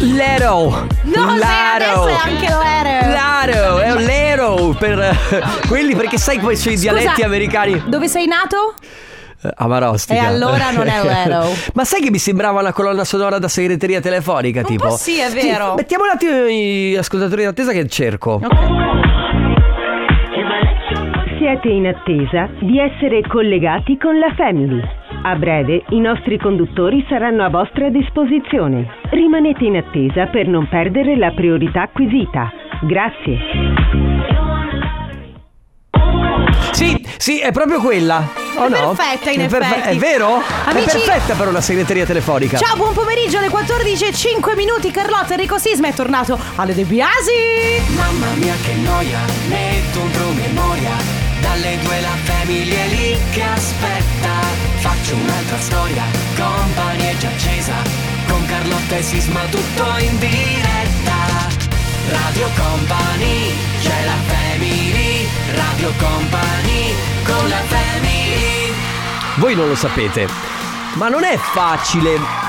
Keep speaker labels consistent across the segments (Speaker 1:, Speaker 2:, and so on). Speaker 1: Lero. Laro.
Speaker 2: No, sei adesso è anche l'ero.
Speaker 1: Laro, è un Lero per eh, quelli perché sai poi sui dialetti americani.
Speaker 2: Dove sei nato?
Speaker 1: Eh, Amarostica.
Speaker 2: E allora non è Lero.
Speaker 1: Ma sai che mi sembrava una colonna sonora da segreteria telefonica, tipo?
Speaker 2: po' sì, è vero.
Speaker 1: mettiamo un attimo gli ascoltatori in attesa che cerco.
Speaker 3: Siete in attesa di essere collegati con la Family. A breve i nostri conduttori saranno a vostra disposizione. Rimanete in attesa per non perdere la priorità acquisita. Grazie.
Speaker 1: Sì, sì, è proprio quella. O
Speaker 2: È
Speaker 1: no?
Speaker 2: perfetta, in
Speaker 1: È perfe-
Speaker 2: effetti.
Speaker 1: È vero?
Speaker 2: Amici-
Speaker 1: È perfetta per una segreteria telefonica.
Speaker 2: Ciao, buon pomeriggio alle 14.05 minuti. Carlotta Enrico Sisma è tornato alle De Biasi.
Speaker 4: Mamma mia che noia, metto un promemoria Dalle due la famiglia è lì che aspetta Faccio un'altra storia, company è già accesa Con Carlotta e Sisma tutto in diretta Radio Company, c'è la family Radio Company, con la family
Speaker 1: Voi non lo sapete, ma non è facile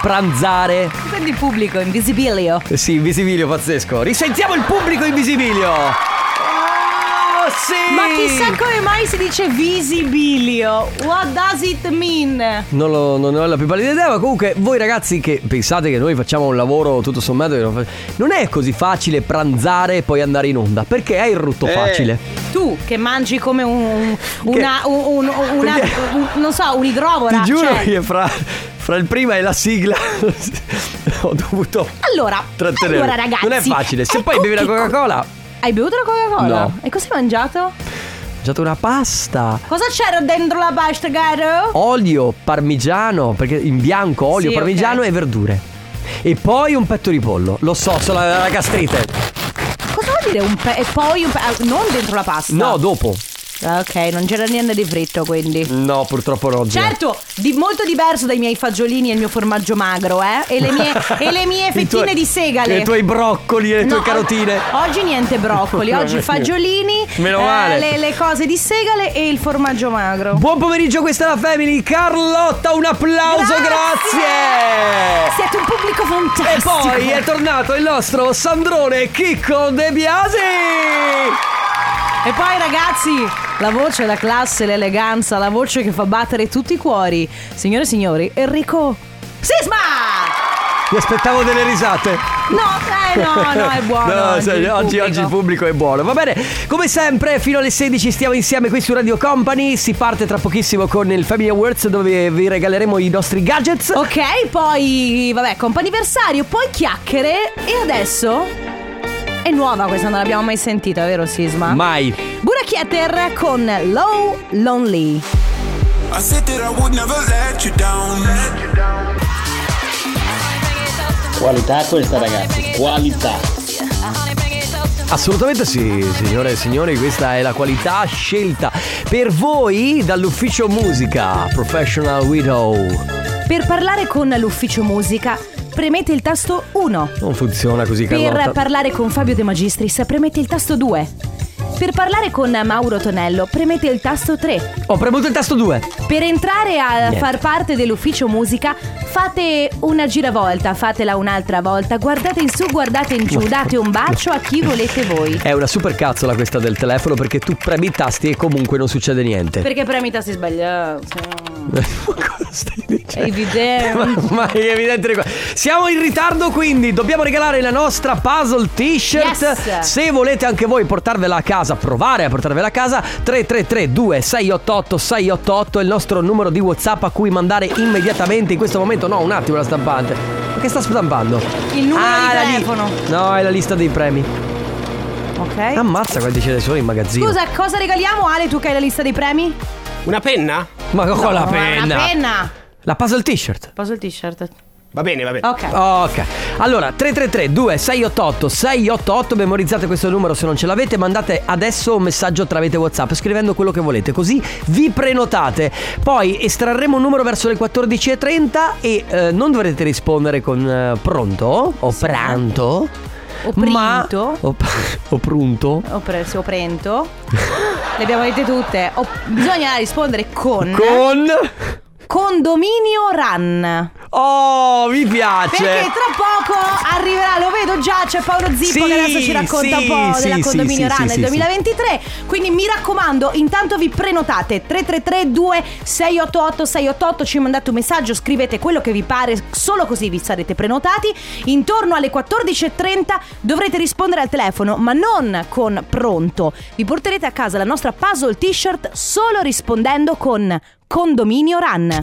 Speaker 1: pranzare.
Speaker 2: Quindi pubblico, invisibilio.
Speaker 1: Eh Sì, invisibilio pazzesco. Risentiamo il pubblico invisibilio. Oh, sì!
Speaker 2: Ma chissà come mai si dice visibilio. What does it mean?
Speaker 1: Non, lo- non ne ho la più pallida idea, ma comunque voi ragazzi che pensate che noi facciamo un lavoro tutto sommato, che non fa- non è così facile pranzare e poi andare in onda, perché è il rutto facile.
Speaker 2: Tu che mangi come un. Una. un- un- una-
Speaker 1: Perché-
Speaker 2: un- non so, un idrovora.
Speaker 1: Ti giuro
Speaker 2: cioè.
Speaker 1: che fra, fra il prima e la sigla ho dovuto
Speaker 2: Allora,
Speaker 1: trattenere.
Speaker 2: allora ragazzi.
Speaker 1: non è facile. Se
Speaker 2: ecco
Speaker 1: poi bevi la
Speaker 2: che co-
Speaker 1: Coca-Cola,
Speaker 2: Hai bevuto la Coca-Cola?
Speaker 1: No.
Speaker 2: E cosa hai mangiato?
Speaker 1: ho mangiato una pasta.
Speaker 2: Cosa c'era dentro la pasta, caro?
Speaker 1: olio parmigiano, perché in bianco olio
Speaker 2: Sì,
Speaker 1: parmigiano
Speaker 2: ok.
Speaker 1: e verdure. E poi un petto di pollo. Lo so, sono la, la gastrite.
Speaker 2: Cosa vuol dire un pe- e poi un pe- ah, Non dentro la pasta.
Speaker 1: No, dopo.
Speaker 2: Ah, Ok, non c'era niente di fritto quindi.
Speaker 1: No, purtroppo no. zero.
Speaker 2: Certo, di- molto diverso dai miei fagiolini e il mio formaggio magro, eh? E le mie, e le mie
Speaker 1: I
Speaker 2: fettine
Speaker 1: tuoi-
Speaker 2: di segale.
Speaker 1: E i tuoi broccoli e le tue
Speaker 2: No,
Speaker 1: carotine.
Speaker 2: o- Oggi niente broccoli, oggi fagiolini, eh,
Speaker 1: Meno male.
Speaker 2: le, le cose di segale e il formaggio magro.
Speaker 1: Buon pomeriggio, questa è la Family. Carlotta, un applauso, grazie.
Speaker 2: Siete un pubblico fantastico.
Speaker 1: E poi eh, è tornato il nostro Sandrone Chicco De Biasi.
Speaker 2: E poi, ragazzi, la voce, la classe, l'eleganza, la voce che fa battere tutti i cuori. Signore e signori, Enrico Sisma!
Speaker 1: Mi aspettavo delle risate.
Speaker 2: No, eh no, no, è buono.
Speaker 1: No,
Speaker 2: oggi,
Speaker 1: sai,
Speaker 2: il
Speaker 1: oggi, oggi il pubblico è buono. Va bene, come sempre, fino alle 16 stiamo insieme qui su Radio Company. Si parte tra pochissimo con il Family Awards, dove vi regaleremo i nostri gadgets.
Speaker 2: Ok, poi, vabbè, comp'anniversario, poi chiacchiere e adesso... È nuova questa, non l'abbiamo mai sentita, vero Sisma?
Speaker 1: Mai.
Speaker 2: Burakieter con Low Lonely.
Speaker 5: I said that I would never let you down.
Speaker 6: Qualità questa ragazzi, qualità.
Speaker 1: Assolutamente sì, signore e signori, questa è la qualità scelta per voi dall'ufficio musica Professional Widow.
Speaker 2: Per parlare con l'ufficio musica, premete il tasto 1.
Speaker 1: Non funziona così,
Speaker 2: Per
Speaker 1: Carlotta.
Speaker 2: parlare con Fabio De Magistris, premete il tasto 2. Per parlare con Mauro Tonello, premete il tasto 3.
Speaker 1: Ho premuto il tasto 2.
Speaker 2: Per entrare a
Speaker 1: Niente.
Speaker 2: far parte dell'ufficio musica, fate una giravolta, fatela un'altra volta, guardate in su, guardate in giù, date un bacio a chi volete voi.
Speaker 1: È una super cazzola questa del telefono perché tu premi i tasti e comunque non succede niente.
Speaker 2: Perché premi i tasti sbagliati.
Speaker 1: Cosa stai dicendo?
Speaker 2: È evidente.
Speaker 1: Ma, ma è evidente di qua. Siamo in ritardo quindi dobbiamo regalare la nostra puzzle t-shirt.
Speaker 2: Yes.
Speaker 1: Se volete anche voi portarvela a casa, provare a portarvela a casa, 333 2688 688 è il nostro numero di WhatsApp a cui mandare immediatamente in questo momento. No, un attimo la stampante. Perché sta stampando? Ah,
Speaker 2: Il numero di
Speaker 1: la li-
Speaker 2: telefono.
Speaker 1: no, è la lista dei premi.
Speaker 2: Ok.
Speaker 1: Ammazza quanti ce ne sono in magazzino.
Speaker 2: Scusa, cosa regaliamo Ale, tu che hai la lista dei premi?
Speaker 7: Una penna?
Speaker 1: Ma con la
Speaker 2: No,
Speaker 1: penna.
Speaker 2: Una penna.
Speaker 1: La puzzle t-shirt.
Speaker 2: Posso il t-shirt?
Speaker 7: Va bene, va bene.
Speaker 2: Ok.
Speaker 1: Ok, allora 333 2688 688 memorizzate questo numero se non ce l'avete, mandate adesso un messaggio tramite Whatsapp scrivendo quello che volete, così vi prenotate. Poi estrarremo un numero verso le 14.30 e eh, non dovrete rispondere con eh, pronto o pranto.
Speaker 2: O
Speaker 1: ma-
Speaker 2: printo. Eh?
Speaker 1: o, o prunto.
Speaker 2: Ho preso, ho prento. Le abbiamo dette tutte. O- bisogna rispondere con.
Speaker 1: Con
Speaker 2: Condominio Run.
Speaker 1: Oh, mi piace.
Speaker 2: Perché tra poco arriverà, lo vedo già, c'è Paolo
Speaker 1: Sì,
Speaker 2: Zippo che adesso ci racconta
Speaker 1: sì,
Speaker 2: un po'
Speaker 1: sì,
Speaker 2: della
Speaker 1: sì,
Speaker 2: condominio
Speaker 1: sì,
Speaker 2: Run
Speaker 1: sì,
Speaker 2: del
Speaker 1: sì,
Speaker 2: 2023. Quindi mi raccomando, intanto vi prenotate 333 2688 688, ci mandate un messaggio, scrivete quello che vi pare, solo così vi sarete prenotati. Intorno alle 14.30 dovrete rispondere al telefono, ma non con pronto. Vi porterete a casa la nostra puzzle t-shirt solo rispondendo con condominio Run.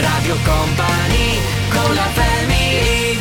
Speaker 4: Radio Company con la family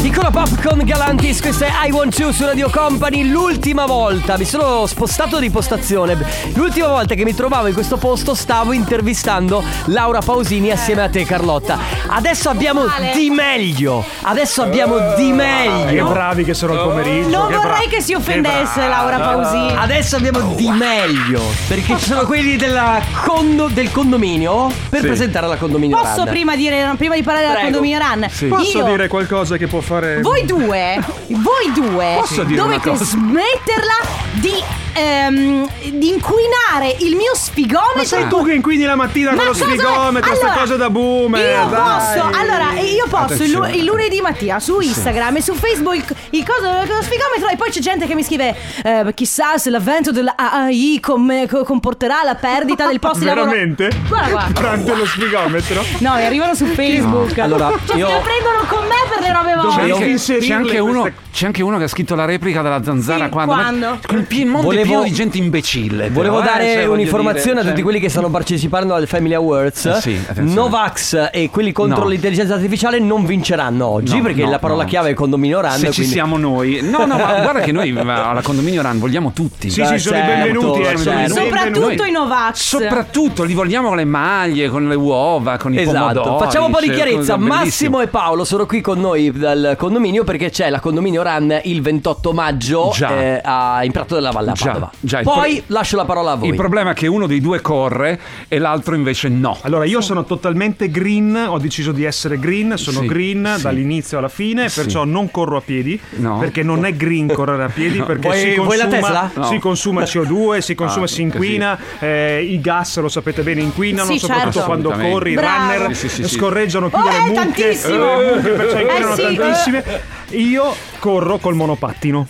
Speaker 1: Nicola Popcorn Galantis, questa è I Want You su Radio Company. L'ultima volta mi sono spostato di postazione. L'ultima volta che mi trovavo in questo posto stavo intervistando Laura Pausini assieme a te Carlotta. Adesso abbiamo di meglio. Adesso abbiamo di
Speaker 8: Che
Speaker 1: meglio.
Speaker 8: bravi che
Speaker 7: Oh.
Speaker 8: sono al pomeriggio.
Speaker 2: Non
Speaker 8: che
Speaker 2: vorrei
Speaker 8: bravi.
Speaker 2: che si offendesse Laura Pausini.
Speaker 1: Adesso abbiamo di meglio. Perché ci sono quelli della condo- del condominio per presentare la condominio.
Speaker 2: Posso
Speaker 1: Run.
Speaker 2: prima, dire, prima di parlare della
Speaker 1: Prego.
Speaker 2: condominio Run?
Speaker 8: Posso
Speaker 2: Io,
Speaker 8: dire qualcosa che può fare.
Speaker 2: voi due, voi due
Speaker 8: Posso dire una
Speaker 2: dovete
Speaker 8: cosa?
Speaker 2: smetterla di, ehm, di inquinare il mio sfigometro.
Speaker 8: Ma sei tu che inquini la mattina
Speaker 2: Ma
Speaker 8: con lo
Speaker 2: cosa-
Speaker 8: sfigometro, sta
Speaker 2: allora,
Speaker 8: cosa da boomer.
Speaker 2: Io
Speaker 8: dai.
Speaker 2: posso, allora, io posso il, lu-
Speaker 8: Attenzione.
Speaker 2: il lunedì mattina su Instagram e su Facebook il coso dello sfigometro e poi c'è gente che mi scrive eh, chissà se l'avvento della AI com- co- comporterà la perdita del posto di lavoro.
Speaker 8: Veramente?
Speaker 2: Guarda qua.
Speaker 8: Durante lo sfigometro.
Speaker 2: No, mi arrivano su Facebook.
Speaker 1: Allora,
Speaker 2: cioè,
Speaker 1: io-
Speaker 2: se la prendono con me per le robe
Speaker 8: Dove-
Speaker 2: vostre.
Speaker 8: Io-
Speaker 9: anche-
Speaker 8: inserirle
Speaker 9: c'è, anche uno,
Speaker 8: queste-
Speaker 9: c'è anche uno che ha scritto la replica della zanzara
Speaker 2: Sì,
Speaker 9: quando.
Speaker 2: quando?
Speaker 9: Ma- Il Piemonte
Speaker 1: Volevo-
Speaker 9: è pieno di gente imbecille.
Speaker 1: Volevo
Speaker 9: però, eh,
Speaker 1: dare
Speaker 9: cioè, voglio
Speaker 1: un'informazione
Speaker 9: dire,
Speaker 1: a tutti
Speaker 9: cioè-
Speaker 1: quelli che stanno partecipando al Family Awards.
Speaker 9: Eh sì, attenzione.
Speaker 1: Novax e quelli contro
Speaker 9: No.
Speaker 1: l'intelligenza artificiale non vinceranno oggi
Speaker 9: No,
Speaker 1: perché
Speaker 9: no,
Speaker 1: la parola
Speaker 9: no.
Speaker 1: chiave è condominio run.
Speaker 9: Se ci
Speaker 1: quindi-
Speaker 9: siamo noi. No, no, ma guarda che noi va, alla condominio Run vogliamo tutti.
Speaker 8: Sì, sì, sono i
Speaker 1: Certo,
Speaker 8: benvenuti. eh,
Speaker 1: certo.
Speaker 8: sono i
Speaker 1: Soprattutto
Speaker 8: benvenuti.
Speaker 2: Soprattutto i Novax.
Speaker 9: Soprattutto li vogliamo con le maglie, con le uova, con i
Speaker 1: Esatto,
Speaker 9: pomodori.
Speaker 1: facciamo un po' di
Speaker 9: cioè,
Speaker 1: chiarezza.
Speaker 9: cosa- bellissimo.
Speaker 1: Massimo e Paolo sono qui con noi dal condominio perché c'è la condominio run il 28 maggio
Speaker 9: Già.
Speaker 1: eh, a, in Prato della Valle a
Speaker 9: Già,
Speaker 1: Padova.
Speaker 9: già, il
Speaker 1: Poi
Speaker 9: pro-
Speaker 1: lascio la parola a voi.
Speaker 9: Il problema è che uno dei due corre e l'altro invece no.
Speaker 8: Allora, io sono totalmente green, ho deciso di essere green, sono
Speaker 9: Sì,
Speaker 8: green
Speaker 9: sì.
Speaker 8: dall'inizio alla fine,
Speaker 9: Sì.
Speaker 8: perché perciò non corro a piedi,
Speaker 9: No.
Speaker 8: perché non è green correre a piedi, perché
Speaker 1: Vuoi-
Speaker 8: si,
Speaker 1: vuoi
Speaker 8: consuma,
Speaker 1: la Tesla?
Speaker 9: No.
Speaker 8: si consuma CO2, si consuma,
Speaker 9: Ah,
Speaker 8: si inquina, eh, i gas lo sapete bene inquinano,
Speaker 2: Sì,
Speaker 8: soprattutto
Speaker 2: certo.
Speaker 8: quando
Speaker 9: Assolutamente.
Speaker 8: corri, i
Speaker 2: Bravo.
Speaker 8: runner
Speaker 9: Sì, sì, sì, sì.
Speaker 8: scorreggiano più
Speaker 2: Oh,
Speaker 8: delle
Speaker 2: eh,
Speaker 8: mucche,
Speaker 2: tantissimo.
Speaker 8: eh, mucche, perciò inquinano
Speaker 2: sì.
Speaker 8: tantissime. Io corro col monopattino.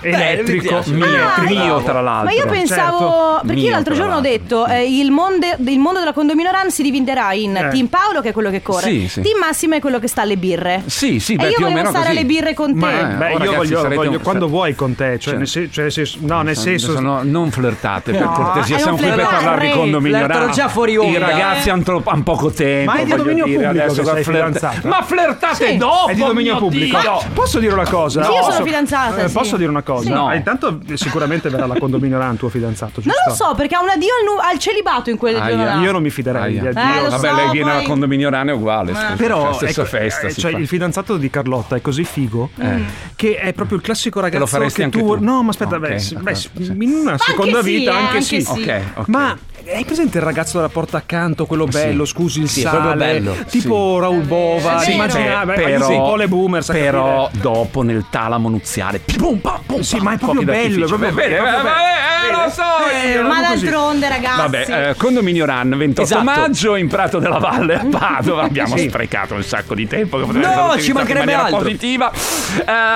Speaker 1: Eh, mi
Speaker 8: Elettrico,
Speaker 1: piace.
Speaker 8: mio,
Speaker 2: Ah,
Speaker 9: mio, tra
Speaker 2: Ma
Speaker 9: l'altro.
Speaker 2: io pensavo,
Speaker 9: Certo.
Speaker 2: perché io
Speaker 9: Mio,
Speaker 2: l'altro
Speaker 9: tra
Speaker 2: giorno ho detto, eh, il, monde- il mondo della condominio run si dividerà in
Speaker 8: Eh.
Speaker 2: Team Paolo che è quello che corre,
Speaker 9: Sì, sì.
Speaker 2: Team Massimo è quello che sta alle birre.
Speaker 9: Sì, sì,
Speaker 2: e
Speaker 9: beh,
Speaker 2: io
Speaker 9: più o
Speaker 2: volevo
Speaker 9: meno
Speaker 2: stare
Speaker 9: così.
Speaker 2: alle birre con te.
Speaker 8: Ma
Speaker 9: Eh,
Speaker 8: beh,
Speaker 9: oh,
Speaker 8: io
Speaker 9: ragazzi,
Speaker 8: voglio,
Speaker 9: sarete
Speaker 8: voglio-
Speaker 9: un-
Speaker 8: quando vuoi con te, cioè,
Speaker 9: Cioè-
Speaker 8: nel se- cioè, se- no, nel senso,
Speaker 9: Adesso no, non flirtate, per
Speaker 2: No,
Speaker 9: cortesia.
Speaker 2: eh,
Speaker 9: Siamo
Speaker 2: non
Speaker 9: qui per
Speaker 2: flirtare.
Speaker 9: parlare di condominio
Speaker 1: Flirtano
Speaker 9: Run.
Speaker 1: già fuori onda. eh.
Speaker 9: I ragazzi hanno, tro- hanno poco tempo.
Speaker 8: Ma è di
Speaker 9: voglio
Speaker 8: dominio
Speaker 9: dire,
Speaker 8: pubblico
Speaker 9: adesso
Speaker 8: che
Speaker 9: qua
Speaker 8: sei
Speaker 9: flirt-
Speaker 8: fidanzata.
Speaker 9: Ma flirtate
Speaker 2: Sì.
Speaker 9: dopo!
Speaker 8: è di dominio
Speaker 9: mio
Speaker 8: pubblico. Ah,
Speaker 9: Dio!
Speaker 8: Posso dire una cosa?
Speaker 2: Sì, Oh io sono
Speaker 8: Posso-
Speaker 2: fidanzata,
Speaker 8: eh,
Speaker 2: sì.
Speaker 8: Posso dire una cosa?
Speaker 9: No.
Speaker 8: Ah, intanto eh, sicuramente verrà la condominio Run tuo fidanzato, giusto?
Speaker 2: Non lo so, perché ha un addio al, nu- al celibato in quel
Speaker 9: Aia.
Speaker 2: giorno là.
Speaker 8: Io non mi fiderei di
Speaker 9: Aia.
Speaker 8: addio.
Speaker 2: Eh, lo
Speaker 9: Vabbè,
Speaker 2: so,
Speaker 9: lei viene
Speaker 2: poi-
Speaker 9: alla condominio Run è uguale. scusa,
Speaker 8: Però
Speaker 9: cioè, stessa
Speaker 8: ecco,
Speaker 9: festa.
Speaker 8: eh,
Speaker 9: si
Speaker 8: cioè,
Speaker 9: fa. Eh.
Speaker 8: il fidanzato di Carlotta è così figo che è proprio il classico ragazzo
Speaker 9: faresti
Speaker 8: che
Speaker 9: anche tu?
Speaker 8: No, ma aspetta,
Speaker 9: Ok,
Speaker 8: beh, s- beh, s-
Speaker 9: d'accordo, sì.
Speaker 8: in una seconda
Speaker 2: sì,
Speaker 8: vita
Speaker 2: eh,
Speaker 8: anche,
Speaker 2: anche
Speaker 8: sì.
Speaker 2: sì.
Speaker 9: Ok, ok.
Speaker 8: Ma hai presente il ragazzo della porta accanto, quello bello, scusi il
Speaker 1: Sì, è proprio
Speaker 8: sale,
Speaker 1: bello.
Speaker 8: tipo Raul Bova,
Speaker 2: Sì,
Speaker 8: immagina,
Speaker 9: Ah, beh,
Speaker 8: beh,
Speaker 9: però,
Speaker 8: un po' le boomer, sai
Speaker 9: però dopo nel talamo nuziale. Pum, pam, pum,
Speaker 8: Sì,
Speaker 9: pam,
Speaker 8: ma è proprio
Speaker 9: fuochi
Speaker 8: bello, è proprio
Speaker 9: d'artificio.
Speaker 8: bello,
Speaker 9: Bene,
Speaker 8: è proprio
Speaker 9: eh,
Speaker 8: bello.
Speaker 9: eh, lo so, io-
Speaker 2: Ma d'altronde, ragazzi.
Speaker 9: Vabbè, eh, condominio Run 28
Speaker 1: Esatto.
Speaker 9: maggio in Prato della Valle a Padova. Abbiamo sprecato un sacco di tempo che potrebbe
Speaker 1: No,
Speaker 9: essere
Speaker 1: ci
Speaker 9: utilizzato
Speaker 1: mancherebbe
Speaker 9: in maniera
Speaker 1: altro.
Speaker 9: positiva.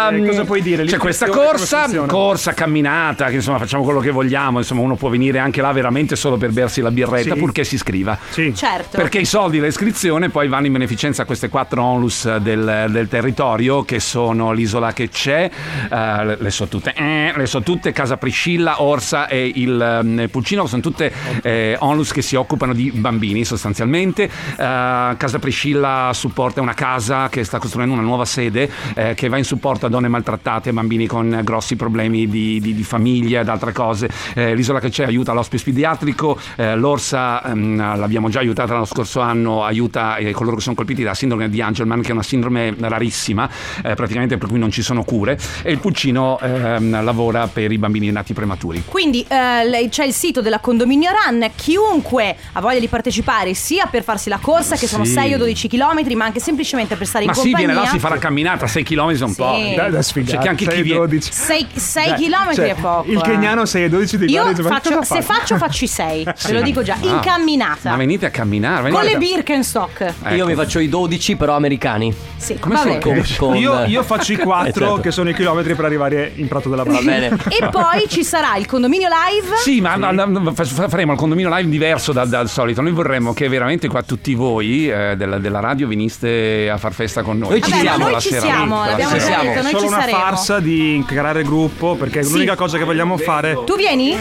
Speaker 9: Ehm,
Speaker 8: Eh, cosa puoi dire?
Speaker 9: C'è questa
Speaker 8: L'infezione come
Speaker 9: corsa,
Speaker 8: funziona?
Speaker 9: corsa camminata, che insomma facciamo quello che vogliamo, insomma uno può venire anche là veramente solo per bersi la birretta
Speaker 8: Sì.
Speaker 9: purché si iscriva.
Speaker 8: Sì.
Speaker 2: Certo.
Speaker 9: Perché i soldi dell'iscrizione poi vanno in beneficenza a queste quattro onlus del, del territorio che sono l'isola che c'è, eh, le- le so tutte, eh, le so tutte, Casa Priscilla, Orsa e il ehm, Pulcino, sono tutte eh, onlus che si occupano di bambini sostanzialmente. Eh, casa Priscilla supporta una casa che sta costruendo una nuova sede eh, che va in supporto a donne maltrattate, bambini con grossi problemi di, di- di famiglia ed altre cose. Eh, l'isola che c'è aiuta l'ospice pediatrico, eh, l'Orsa ehm, l'abbiamo già aiutata l'anno scorso anno, aiuta eh, coloro che sono colpiti da sindrome di Angelman, che è una sindrome rarissima, eh, praticamente per cui non ci sono cure, e il Pulcino ehm, lavora per i bambini nati prematuri.
Speaker 2: Quindi eh, lei- c'è il sito della Condominio Run, chiunque ha voglia di partecipare sia per farsi la corsa che sono
Speaker 9: Sì.
Speaker 2: 6 o 12 km, ma anche semplicemente per stare
Speaker 9: Ma
Speaker 2: in
Speaker 9: sì,
Speaker 2: compagnia.
Speaker 9: viene là, si fa la camminata, 6 km un
Speaker 2: Sì.
Speaker 9: po'.
Speaker 8: Dai, da sfigare.
Speaker 9: C'è che anche chi viene...
Speaker 8: 12.
Speaker 2: 6
Speaker 8: Dai,
Speaker 2: km
Speaker 8: cioè,
Speaker 2: è poco.
Speaker 8: Il
Speaker 2: eh.
Speaker 8: keniano 6 e 12 di
Speaker 2: Io
Speaker 8: guardia, ma
Speaker 2: faccio,
Speaker 8: cosa
Speaker 2: se
Speaker 8: fa?
Speaker 2: faccio faccio 6 Ve lo dico già, in camminata.
Speaker 9: Ah. Ma venite a camminare.
Speaker 2: Con
Speaker 9: venite
Speaker 2: le
Speaker 9: a-
Speaker 2: Birkenstock.
Speaker 9: Ecco.
Speaker 1: Io mi faccio i 12 però americani. Ah, ecco,
Speaker 2: Sì,
Speaker 9: Come
Speaker 2: vabbè.
Speaker 9: sono che-
Speaker 1: Con-
Speaker 8: Io, io faccio i
Speaker 1: Esatto.
Speaker 8: 4 che sono i chilometri per arrivare in Prato della
Speaker 1: Va
Speaker 8: Brava.
Speaker 1: bene.
Speaker 2: E poi ci sarà il condominio live.
Speaker 9: Sì, ma ma- ma- fa- fa- faremo il condominio live diverso dal, dal solito. Noi vorremmo che veramente qua tutti voi eh, della, della radio veniste a far festa con noi.
Speaker 1: Noi ci Vabbè, ma siamo
Speaker 2: noi
Speaker 9: La
Speaker 2: ci
Speaker 9: sera,
Speaker 2: siamo,
Speaker 9: la
Speaker 2: l'abbiamo
Speaker 1: Ci
Speaker 2: già
Speaker 9: sera.
Speaker 1: siamo.
Speaker 2: detto, noi
Speaker 8: Solo
Speaker 2: ci
Speaker 8: una
Speaker 2: saremo.
Speaker 8: farsa di incarare il gruppo perché è
Speaker 2: Sì.
Speaker 8: l'unica cosa che vogliamo fare.
Speaker 2: Tu vieni?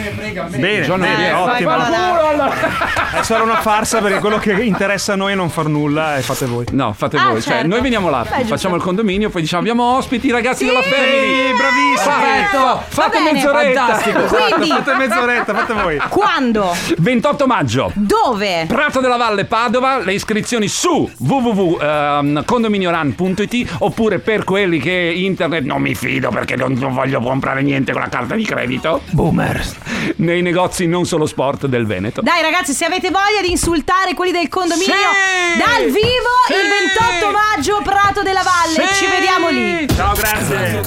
Speaker 8: Bene,
Speaker 9: Giorno
Speaker 8: bene,
Speaker 9: di-
Speaker 2: Eh, fai
Speaker 8: ottimo.
Speaker 2: qualcuno,
Speaker 8: È solo una farsa perché quello che interessa a noi è non far nulla e fate voi.
Speaker 9: No, fate
Speaker 2: Ah,
Speaker 9: voi.
Speaker 2: certo.
Speaker 9: Cioè, noi veniamo là,
Speaker 2: Beh, giusto.
Speaker 9: facciamo il condominio, poi diciamo abbiamo ospiti i ragazzi della Family.
Speaker 8: Bravissimi!
Speaker 9: Perfetto, fate
Speaker 2: bene.
Speaker 9: mezz'oretta.
Speaker 1: Fantastico.
Speaker 2: Quindi,
Speaker 8: Fate mezz'oretta, fate voi.
Speaker 2: quando?
Speaker 9: 28 maggio.
Speaker 2: Dove?
Speaker 9: Prato della Valle Padova, le iscrizioni su ehm, www.condominioran.it oppure per quelli che internet non mi fido perché non, non voglio comprare niente con la carta di credito. Boomers. Nei negozi non solo sport del Veneto.
Speaker 2: Dai ragazzi, se avete voglia di insultare quelli del condominio
Speaker 9: Sì!
Speaker 2: dal vivo
Speaker 9: Sì!
Speaker 2: il 28 maggio Prato della Valle, ci vediamo lì.
Speaker 8: Ciao, grazie.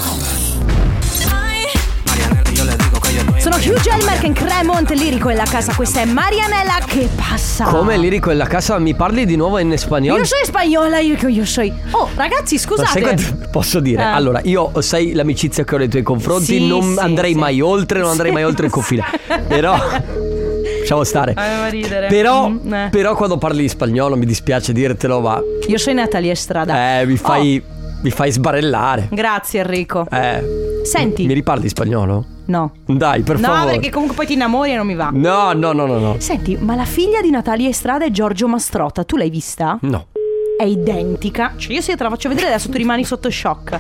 Speaker 4: Marianela, yo le digo que yo no
Speaker 2: Sono Hugh Gelmer che Cremont lirico è la casa, questa è Marianella che passa.
Speaker 1: Come lirico in la casa mi parli di nuovo in spagnolo?
Speaker 2: Ah. Io sono spagnola, io che io sono. Oh, ragazzi,
Speaker 1: Ma sai
Speaker 2: scusate.
Speaker 1: quanto- posso dire?
Speaker 2: Eh.
Speaker 1: Allora, io sai l'amicizia che ho nei tuoi confronti,
Speaker 2: Sì,
Speaker 1: non
Speaker 2: sì,
Speaker 1: andrei
Speaker 2: sì.
Speaker 1: mai oltre, non andrei
Speaker 2: Sì.
Speaker 1: mai oltre il confine. Però lasciamo stare.
Speaker 2: Faceva ridere.
Speaker 1: Però,
Speaker 2: Mm, eh.
Speaker 1: però quando parli di spagnolo mi dispiace dirtelo, ma
Speaker 2: Io sono Natalia Estrada.
Speaker 1: eh, mi fai
Speaker 2: Oh.
Speaker 1: mi fai sbarellare.
Speaker 2: Grazie Enrico.
Speaker 1: Eh,
Speaker 2: Senti.
Speaker 1: mi riparli di spagnolo?
Speaker 2: No.
Speaker 1: Dai, per
Speaker 2: no,
Speaker 1: favore.
Speaker 2: perché comunque poi ti innamori e non mi va.
Speaker 1: No, no, no, no, no.
Speaker 2: Senti, ma la figlia di Natalia Estrada è Giorgio Mastrota, tu l'hai vista?
Speaker 1: No.
Speaker 2: È identica. Cioè, io se te la faccio vedere adesso tu rimani sotto shock.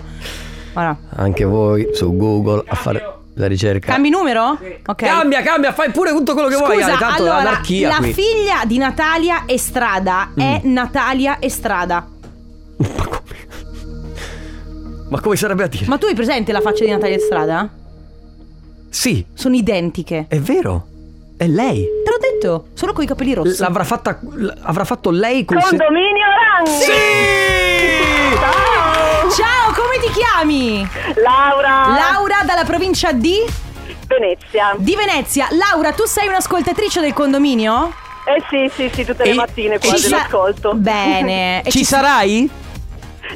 Speaker 2: Guarda.
Speaker 1: Anche voi su Google a fare la ricerca.
Speaker 2: Cambi numero? Ok.
Speaker 1: Cambia, cambia, fai pure tutto quello che vuoi. Ale,
Speaker 2: Scusa,
Speaker 1: tanto
Speaker 2: allora,
Speaker 1: l'anarchia
Speaker 2: la
Speaker 1: qui. Mm.
Speaker 2: figlia di Natalia Estrada è Natalia Estrada.
Speaker 1: Ma come? Ma come sarebbe a dire?
Speaker 2: Ma tu hai presente la faccia di Natalia Estrada?
Speaker 1: Sì,
Speaker 2: Sono identiche.
Speaker 1: è vero. È lei.
Speaker 2: Te l'ho detto, solo con i capelli rossi.
Speaker 1: L'avrà fatta. l- avrà fatto lei con
Speaker 10: Condominio Ranghi.
Speaker 2: Ciao, come ti chiami?
Speaker 10: Laura.
Speaker 2: Laura dalla provincia di
Speaker 10: Venezia.
Speaker 2: di Venezia. Laura, tu sei un'ascoltatrice del condominio?
Speaker 10: Eh sì, sì, sì, tutte
Speaker 1: E
Speaker 10: le mattine
Speaker 1: ci
Speaker 10: quasi
Speaker 1: sa-
Speaker 10: l'ascolto.
Speaker 2: Bene. E
Speaker 1: Ci sarai?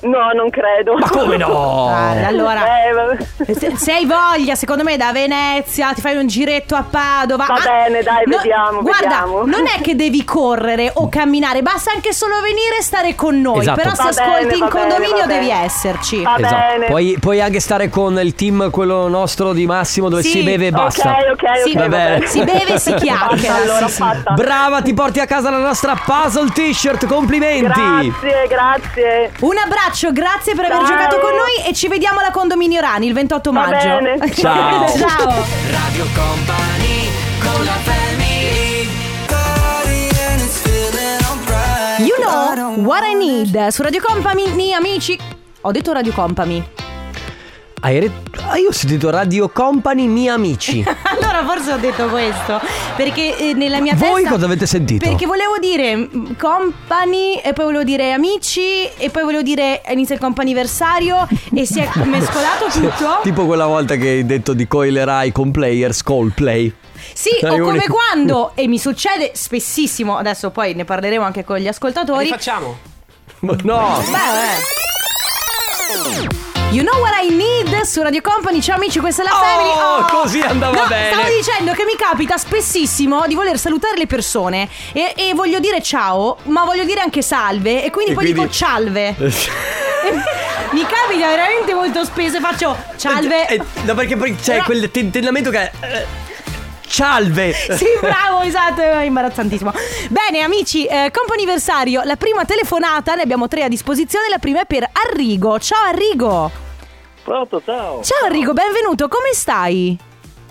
Speaker 10: No, non credo.
Speaker 1: Ma come no?
Speaker 2: Guarda, allora,
Speaker 10: Eh, vabbè.
Speaker 2: se, se hai voglia, secondo me da Venezia ti fai un giretto a Padova.
Speaker 10: Va
Speaker 2: Ah,
Speaker 10: bene, dai, vediamo,
Speaker 2: Guarda,
Speaker 10: vediamo.
Speaker 2: non è che devi correre o camminare, basta anche solo venire e stare con noi.
Speaker 1: Mm. Esatto.
Speaker 2: Però se
Speaker 10: Va bene,
Speaker 2: ascolti
Speaker 10: va
Speaker 2: in
Speaker 10: bene,
Speaker 2: condominio
Speaker 10: va bene. Ah,
Speaker 2: devi esserci.
Speaker 10: Va bene.
Speaker 1: Puoi, puoi anche stare con il team, quello nostro di Massimo, dove
Speaker 2: Sì.
Speaker 1: si beve e
Speaker 10: Ok,
Speaker 1: basta.
Speaker 10: ok,
Speaker 2: Sì,
Speaker 10: ok.
Speaker 1: va bene.
Speaker 2: si beve e si
Speaker 10: Fatta,
Speaker 2: chiacchiera.
Speaker 10: allora,
Speaker 2: sì, sì.
Speaker 10: fatta.
Speaker 1: Brava, ti porti a casa la nostra puzzle t-shirt. Complimenti.
Speaker 10: Grazie, grazie.
Speaker 2: Un abbraccio, grazie per aver
Speaker 10: Ciao.
Speaker 2: giocato con noi e ci vediamo alla Condominio Rani il 28
Speaker 10: Va
Speaker 2: maggio.
Speaker 10: bene.
Speaker 1: Ciao.
Speaker 2: Ciao.
Speaker 4: Radio Company con la family
Speaker 2: You know what I need su Radio Company, amici. Ho detto Radio Company.
Speaker 1: Hai re- ah, io ho sentito Radio Company, miei amici.
Speaker 2: Allora forse ho detto questo perché eh, nella mia testa
Speaker 1: Voi cosa avete sentito?
Speaker 2: Perché volevo dire mm, company e poi volevo dire amici e poi volevo dire eh, inizia il companiversario e si è mescolato tutto.
Speaker 1: Tipo quella volta che hai detto di coilerai con players, call play.
Speaker 2: Sì,
Speaker 1: Dai,
Speaker 2: o come
Speaker 1: Uni.
Speaker 2: quando e mi succede spessissimo, adesso poi ne parleremo anche con gli ascoltatori.
Speaker 7: Facciamo.
Speaker 1: Ma No! eh.
Speaker 2: You know what I need su Radio Company, ciao amici, questa è la
Speaker 1: Oh,
Speaker 2: family.
Speaker 1: così andava
Speaker 2: No,
Speaker 1: bene.
Speaker 2: Stavo dicendo che mi capita spessissimo di voler salutare le persone e, e voglio dire ciao, ma voglio dire anche salve e quindi
Speaker 1: E
Speaker 2: poi dico
Speaker 1: quindi-
Speaker 2: cialve. mi capita veramente molto spesso e faccio cialve.
Speaker 1: Eh, no, perché poi c'è
Speaker 2: Però-
Speaker 1: quel tentennamento che. eh, Salve!
Speaker 2: Sì, bravo, esatto, è imbarazzantissimo. Bene, amici, eh, comp'anniversario, la prima telefonata, ne abbiamo tre a disposizione, la prima è per Arrigo. Ciao Arrigo.
Speaker 11: Pronto, ciao.
Speaker 2: Ciao Arrigo, benvenuto, come stai?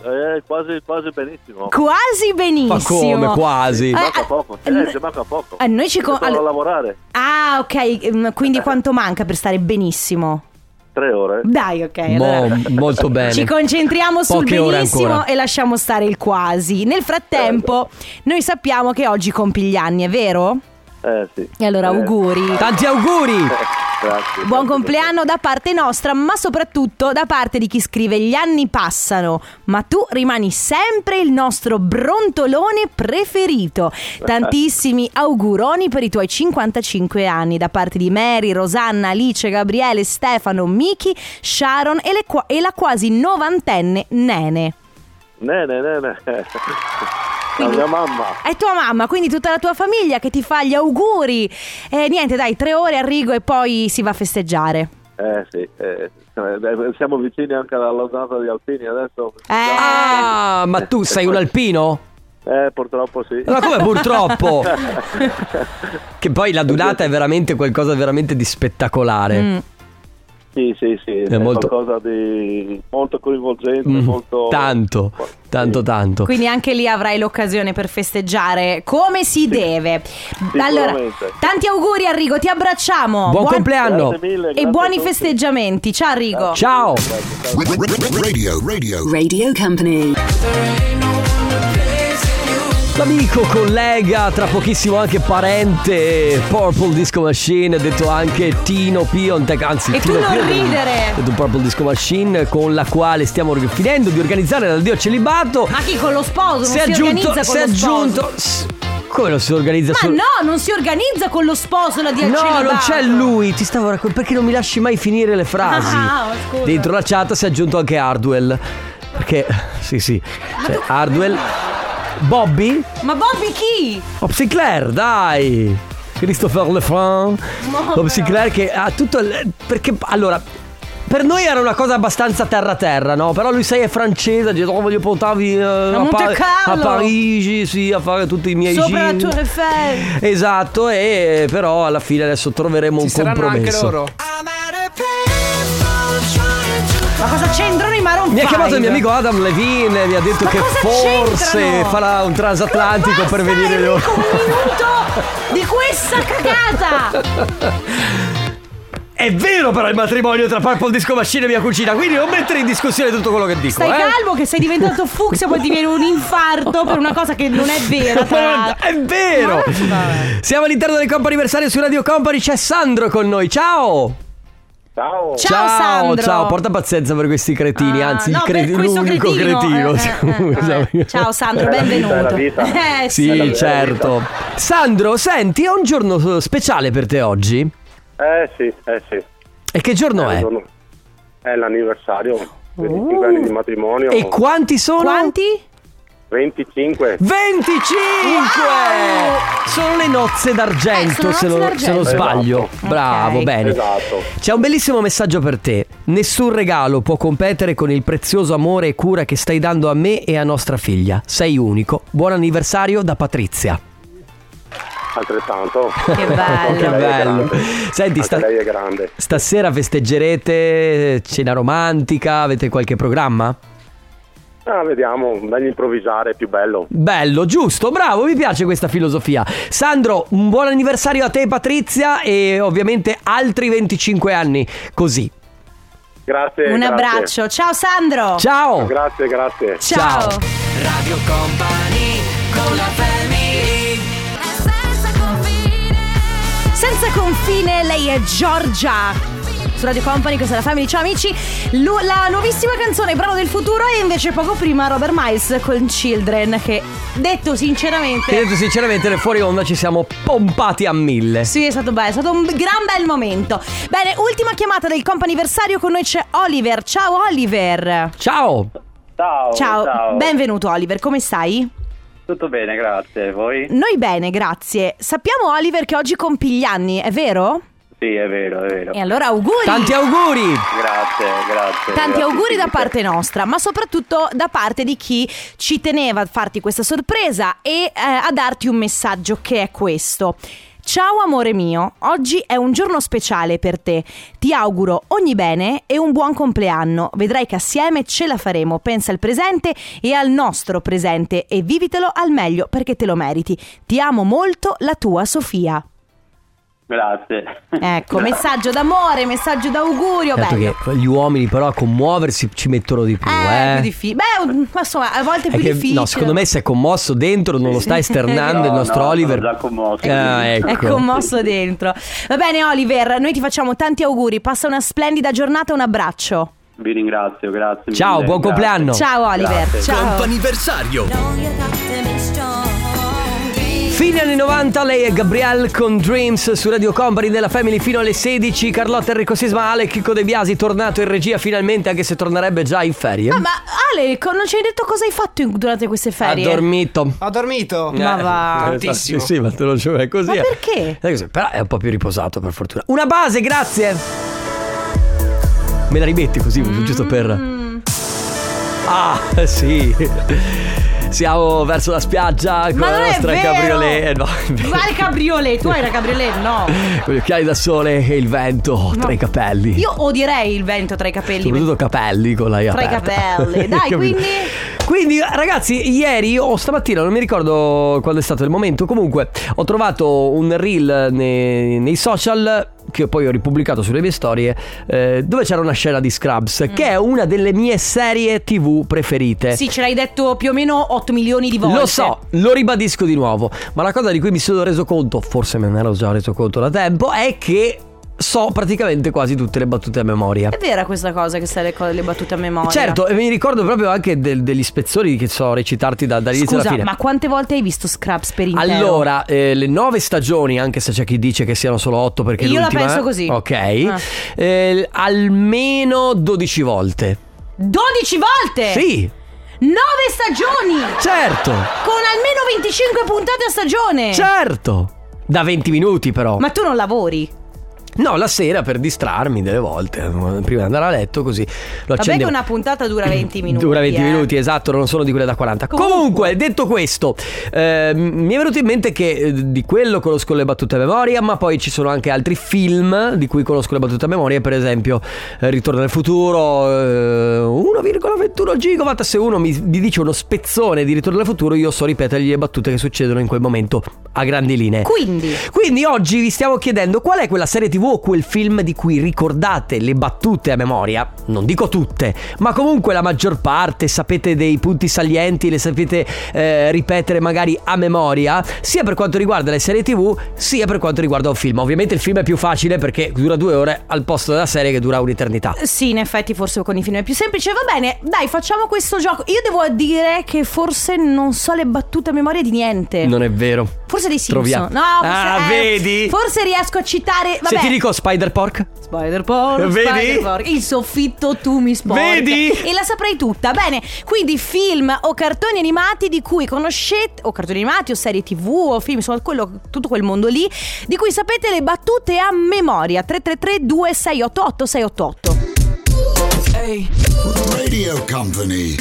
Speaker 11: Eh, quasi, quasi benissimo.
Speaker 2: Quasi benissimo.
Speaker 1: Ma come, quasi?
Speaker 11: Manca
Speaker 2: ah,
Speaker 11: poco. Eh,
Speaker 2: n-
Speaker 11: ci manca poco.
Speaker 2: eh, noi ci
Speaker 12: Ecco,
Speaker 2: co-
Speaker 11: Devo
Speaker 2: all-
Speaker 11: lavorare.
Speaker 2: Ah, ok, mm, quindi quanto manca per stare benissimo?
Speaker 11: Eh. Tre ore.
Speaker 2: Dai, ok,
Speaker 1: Mo-
Speaker 2: allora.
Speaker 1: molto bene.
Speaker 2: Ci concentriamo sul
Speaker 1: Poche ore
Speaker 2: benissimo
Speaker 1: ancora.
Speaker 2: e lasciamo stare il quasi. Nel frattempo, noi sappiamo che oggi compi gli anni, è vero?
Speaker 11: Certo. Eh, sì.
Speaker 2: E allora
Speaker 11: Eh,
Speaker 2: auguri.
Speaker 1: Tanti auguri!
Speaker 11: Grazie.
Speaker 2: Buon compleanno da parte nostra, ma soprattutto da parte di chi scrive Gli anni passano, ma tu rimani sempre il nostro brontolone preferito. Tantissimi auguroni per i tuoi 55 anni da parte di Mary, Rosanna, Alice, Gabriele, Stefano, Miki, Sharon e, le qua- e la quasi novantenne Nene.
Speaker 11: Ne, ne, ne, ne. La
Speaker 2: Quindi-
Speaker 11: mia mamma.
Speaker 2: È tua mamma, quindi tutta la tua famiglia che ti fa gli auguri. E niente, dai, tre ore a rigo e poi si va a festeggiare.
Speaker 11: Eh sì, eh, eh, siamo vicini anche alla zona di Alpini adesso.
Speaker 2: Eh.
Speaker 1: Ah, ma tu sei un alpino?
Speaker 11: Eh, purtroppo sì.
Speaker 1: Ma come purtroppo? Che poi la dunata è veramente qualcosa veramente di spettacolare.
Speaker 2: Mm.
Speaker 11: Sì, sì, sì, è,
Speaker 1: molto-
Speaker 11: qualcosa di molto coinvolgente,
Speaker 1: Mm,
Speaker 11: molto...
Speaker 1: Tanto, tanto, tanto.
Speaker 2: Quindi anche lì avrai l'occasione per festeggiare come si deve. Allora,
Speaker 11: Sicuramente.
Speaker 2: tanti auguri Arrigo, ti abbracciamo.
Speaker 1: Buon compleanno.
Speaker 11: Grazie mille,
Speaker 2: e
Speaker 11: grazie
Speaker 2: buoni
Speaker 11: a tutti.
Speaker 2: festeggiamenti. Ciao Arrigo.
Speaker 1: Ciao.
Speaker 5: Radio, radio.
Speaker 13: Radio Company.
Speaker 1: L'amico, collega, tra pochissimo anche parente, Purple Disco Machine, detto anche Tino Piontek, anzi
Speaker 2: E tu
Speaker 1: Tino
Speaker 2: non
Speaker 1: Piontek,
Speaker 2: ridere.
Speaker 1: detto Purple Disco Machine, con la quale stiamo finendo di organizzare l'addio al celibato.
Speaker 2: Ma chi con lo sposo?
Speaker 1: si è
Speaker 2: non si
Speaker 1: aggiunto,
Speaker 2: organizza
Speaker 1: si è
Speaker 2: con lo sposo.
Speaker 1: aggiunto... s- Come lo si organizza
Speaker 2: Ma
Speaker 1: sul-
Speaker 2: no, non si organizza con lo sposo la dia al
Speaker 1: No,
Speaker 2: celibato.
Speaker 1: non c'è lui, ti stavo raccontando perché non mi lasci mai finire le frasi.
Speaker 2: Ah, scusa.
Speaker 1: Dentro la chat si è aggiunto anche Hardwell. Perché, sì, sì, cioè, Hardwell, Bobby,
Speaker 2: Ma Bobby chi?
Speaker 1: Bob Oh, Sinclair, dai, Christopher Lefranc, Bob Sinclair che ha tutto. il- perché, allora. Per noi era una cosa abbastanza terra-terra, no? Però lui sai è francese, ha detto "Oh, voglio portarvi eh, a,
Speaker 2: Monte
Speaker 1: Par- a
Speaker 2: Carlo."
Speaker 1: Parigi, sì, a fare tutti i miei
Speaker 2: Sopra la
Speaker 1: giri.
Speaker 2: Tour Eiffel.
Speaker 1: Esatto, e però alla fine adesso troveremo un
Speaker 7: saranno anche
Speaker 1: compromesso.
Speaker 7: loro.
Speaker 2: Ma cosa c'entrano i Maroon
Speaker 1: Mi ha
Speaker 2: five?
Speaker 1: chiamato il mio amico Adam Levine, mi ha detto
Speaker 2: Ma
Speaker 1: che
Speaker 2: cosa
Speaker 1: forse
Speaker 2: c'entrano?
Speaker 1: farà un transatlantico per venire loro.
Speaker 2: Enrico, un minuto di questa cagata.
Speaker 1: È vero però il matrimonio tra Purple Disco Machine e mia cucina, quindi non mettere in discussione tutto quello che dico.
Speaker 2: Stai
Speaker 1: eh?
Speaker 2: calmo che sei diventato fucsia poi ti viene un infarto per una cosa che non è vera. tra
Speaker 1: Ma-
Speaker 2: l'altro.
Speaker 1: È vero! Siamo all'interno del compo anniversario su Radio Company, c'è Sandro con noi, ciao!
Speaker 11: Ciao!
Speaker 2: Ciao,
Speaker 1: ciao,
Speaker 2: Sandro.
Speaker 1: ciao, porta pazienza per questi cretini,
Speaker 2: Ah,
Speaker 1: anzi il
Speaker 2: no, per
Speaker 1: creti-
Speaker 2: questo
Speaker 1: l'unico
Speaker 2: cretino,
Speaker 1: cretino,
Speaker 2: eh, eh, eh,
Speaker 1: scusa.
Speaker 2: vabbè. Ciao Sandro,
Speaker 11: È la vita,
Speaker 2: benvenuto.
Speaker 11: è la vita.
Speaker 2: Eh, sì.
Speaker 1: Sì,
Speaker 11: Bella, bella
Speaker 1: certo. Sandro, senti, è un giorno eh, speciale per te oggi?
Speaker 11: Eh sì, eh sì.
Speaker 1: E che giorno
Speaker 11: È, il
Speaker 1: è?
Speaker 11: giorno- è l'anniversario, 25 anni di
Speaker 2: Oh.
Speaker 11: matrimonio.
Speaker 1: E quanti sono?
Speaker 2: Quanti?
Speaker 11: 25.
Speaker 1: 25! Sono le nozze d'argento,
Speaker 2: Eh, sono
Speaker 1: se,
Speaker 2: nozze
Speaker 1: non,
Speaker 2: d'argento.
Speaker 1: se non
Speaker 11: Esatto.
Speaker 1: sbaglio.
Speaker 11: Ok.
Speaker 1: Bravo, bene.
Speaker 11: Esatto.
Speaker 1: C'è un bellissimo messaggio per te. Nessun regalo può competere con il prezioso amore e cura che stai dando a me e a nostra figlia. Sei unico. Buon anniversario da Patrizia.
Speaker 11: Altrettanto.
Speaker 2: Che bello.
Speaker 1: Che
Speaker 11: Anche lei è
Speaker 1: bello.
Speaker 11: grande.
Speaker 1: Senti,
Speaker 11: Anche
Speaker 1: sta-
Speaker 11: lei è grande.
Speaker 1: stasera festeggerete cena romantica, avete qualche programma?
Speaker 11: Ah, vediamo, meglio improvvisare, è più bello.
Speaker 1: Bello, giusto, bravo, mi piace questa filosofia. Sandro, un buon anniversario a te Patrizia e ovviamente altri 25 anni così.
Speaker 11: Grazie.
Speaker 2: Un
Speaker 11: grazie.
Speaker 2: abbraccio. Ciao Sandro.
Speaker 1: Ciao!
Speaker 11: Grazie, grazie.
Speaker 2: Ciao.
Speaker 1: Ciao.
Speaker 4: Radio Company con la family
Speaker 2: Senza confine, lei è Giorgia. Su Radio Company, questa è la Family. Ciao amici. Lu- la nuovissima canzone, brano del futuro, e invece poco prima Robert Miles con Children, che detto
Speaker 1: Ti ho
Speaker 2: sinceramente...
Speaker 1: detto sinceramente, nel fuori onda ci siamo pompati a mille.
Speaker 2: Sì, è stato bello, è stato un gran bel momento. Bene, ultima chiamata del comp'anniversario con noi c'è Oliver. Ciao Oliver.
Speaker 1: Ciao!
Speaker 14: Ciao,
Speaker 2: Ciao, benvenuto Oliver, come stai?
Speaker 14: Tutto bene, grazie. Voi?
Speaker 2: Noi bene, grazie. Sappiamo Oliver che oggi compi gli anni, è vero?
Speaker 14: Sì, è vero, è vero.
Speaker 2: E allora auguri.
Speaker 1: Tanti
Speaker 2: Oh,
Speaker 1: auguri!
Speaker 14: Grazie, grazie.
Speaker 2: Tanti
Speaker 14: grazie
Speaker 2: auguri da
Speaker 14: infinite.
Speaker 2: parte nostra, ma soprattutto da parte di chi ci teneva a farti questa sorpresa e eh, a darti un messaggio che è questo. Ciao amore mio, oggi è un giorno speciale per te. Ti auguro ogni bene e un buon compleanno. Vedrai che assieme ce la faremo. Pensa al presente e al nostro presente e vivitelo al meglio perché te lo meriti. Ti amo molto, la tua Sofia.
Speaker 14: Grazie.
Speaker 2: Ecco, messaggio d'amore, messaggio d'augurio.
Speaker 1: Certo
Speaker 2: bello.
Speaker 1: che gli uomini però a commuoversi ci mettono di più,
Speaker 2: Eh,
Speaker 1: eh.
Speaker 2: più difficile. Beh, ma insomma, a volte è
Speaker 1: È
Speaker 2: più
Speaker 1: che-
Speaker 2: difficile.
Speaker 1: no, secondo me si è commosso dentro, non lo
Speaker 2: Sì.
Speaker 1: sta esternando il
Speaker 14: No,
Speaker 1: nostro
Speaker 14: no, sono
Speaker 1: Oliver.
Speaker 14: già commosso.
Speaker 1: Ah,
Speaker 11: Eh,
Speaker 1: ecco.
Speaker 2: È commosso dentro. Va bene, Oliver, noi ti facciamo tanti auguri. Passa una splendida giornata, un abbraccio.
Speaker 14: Vi ringrazio, grazie.
Speaker 1: Ciao,
Speaker 14: mille,
Speaker 1: buon
Speaker 14: grazie.
Speaker 1: compleanno.
Speaker 2: Ciao, Oliver.
Speaker 14: Grazie.
Speaker 2: Ciao.
Speaker 1: Comp'anniversario. Fine anni 90, lei è Gabrielle con Dreams su Radio Company della Family fino alle 16. Carlotta Enrico Sisma, Ale Chicco De Biasi, tornato in regia finalmente, anche se tornerebbe già in ferie.
Speaker 2: Ah, ma Ale, co- non ci hai detto cosa hai fatto in- durante queste
Speaker 1: ha
Speaker 2: ferie?
Speaker 1: dormito.
Speaker 13: Ho dormito.
Speaker 2: Ma va.
Speaker 1: Tantissimo. Sì, sì, ma te lo giuro, è così.
Speaker 2: Ma
Speaker 1: eh.
Speaker 2: perché?
Speaker 1: È così, Però è un po' più riposato, per fortuna. Una base, grazie. Me la rimetti così,
Speaker 2: Mm.
Speaker 1: giusto per. Ah, sì. Siamo verso la spiaggia con
Speaker 2: Ma
Speaker 1: la
Speaker 2: non è
Speaker 1: nostra
Speaker 2: vero.
Speaker 1: cabriolet. Eh, No, è vero.
Speaker 2: Vai il cabriolet, tu hai la cabriolet? No.
Speaker 1: Con gli occhiali da sole e il vento tra i capelli.
Speaker 2: Io odierei il vento tra i capelli.
Speaker 1: Soprattutto capelli con la
Speaker 2: Tra i
Speaker 1: aperta.
Speaker 2: capelli. Dai,
Speaker 1: Capito?
Speaker 2: quindi.
Speaker 1: Quindi ragazzi, ieri o stamattina, non mi ricordo quando è stato il momento, comunque ho trovato un reel nei, nei social che poi ho ripubblicato sulle mie storie eh, dove c'era una scena di Scrubs
Speaker 2: Mm.
Speaker 1: che è una delle mie serie TV preferite.
Speaker 2: Sì, ce l'hai detto più o meno 8 milioni di volte.
Speaker 1: Lo so, lo ribadisco di nuovo, ma la cosa di cui mi sono reso conto, forse me ne ero già reso conto da tempo, è che so praticamente quasi tutte le battute a memoria.
Speaker 2: È vera questa cosa che sai le, cose- le battute a memoria.
Speaker 1: Certo, e mi ricordo proprio anche del- degli spezzoni che so recitarti da- dall'inizio alla
Speaker 2: Scusa,
Speaker 1: fine.
Speaker 2: ma quante volte hai visto Scraps per intero?
Speaker 1: Allora, eh, le nove stagioni, anche se c'è chi dice che siano solo otto perché
Speaker 2: Io la
Speaker 1: l'ultima-
Speaker 2: penso così.
Speaker 1: Ok.
Speaker 2: Ah.
Speaker 1: Eh, almeno 12 volte.
Speaker 2: 12 volte!
Speaker 1: Sì,
Speaker 2: 9 stagioni!
Speaker 1: certo,
Speaker 2: Con almeno 25 puntate a stagione!
Speaker 1: certo. Da 20 minuti però.
Speaker 2: Ma tu non lavori?
Speaker 1: No, la sera per distrarmi delle volte, eh, prima di andare a letto così. Lo
Speaker 2: Vabbè che
Speaker 1: accendevo.
Speaker 2: una puntata dura 20 minuti.
Speaker 1: Dura 20
Speaker 2: eh.
Speaker 1: minuti, esatto, non sono di quelle da 40.
Speaker 2: Comunque.
Speaker 1: Comunque, detto questo, ehm, mi è venuto in mente che eh, di quello conosco le battute a memoria, ma poi ci sono anche altri film di cui conosco le battute a memoria, per esempio eh, Ritorno al futuro, eh, 1,21 gigawatt. Se uno mi, mi dice uno spezzone di Ritorno al futuro, io so ripetergli le battute che succedono in quel momento a grandi linee.
Speaker 2: Quindi,
Speaker 1: Quindi oggi vi stiamo chiedendo qual è quella serie tv o quel film di cui ricordate le battute a memoria, non dico tutte, ma comunque la maggior parte, sapete dei punti salienti, le sapete eh, ripetere magari a memoria, sia per quanto riguarda le serie tv, sia per quanto riguarda un film. Ovviamente il film è più facile perché dura due ore al posto della serie che dura un'eternità.
Speaker 2: sì, in effetti forse con i film è più semplice. Va bene, dai, facciamo questo gioco. Io devo dire che forse non so le battute a memoria di niente.
Speaker 1: Non è vero.
Speaker 2: Forse dei
Speaker 1: Troviamo.
Speaker 2: Simpson. No, forse,
Speaker 1: Ah,
Speaker 2: eh,
Speaker 1: vedi?
Speaker 2: Forse riesco a citare. Vabbè.
Speaker 1: Se ti dico Spider Pork?
Speaker 2: Spider Pork,
Speaker 1: Vedi?
Speaker 2: Spider Pork, il soffitto tu mi sporchi.
Speaker 1: Vedi?
Speaker 2: E la saprei tutta. Bene, quindi film o cartoni animati di cui conoscete, o cartoni animati o serie tv o film, insomma quello- tutto quel mondo lì, di cui sapete le battute a memoria. 333-2688-688.
Speaker 5: Radio Company.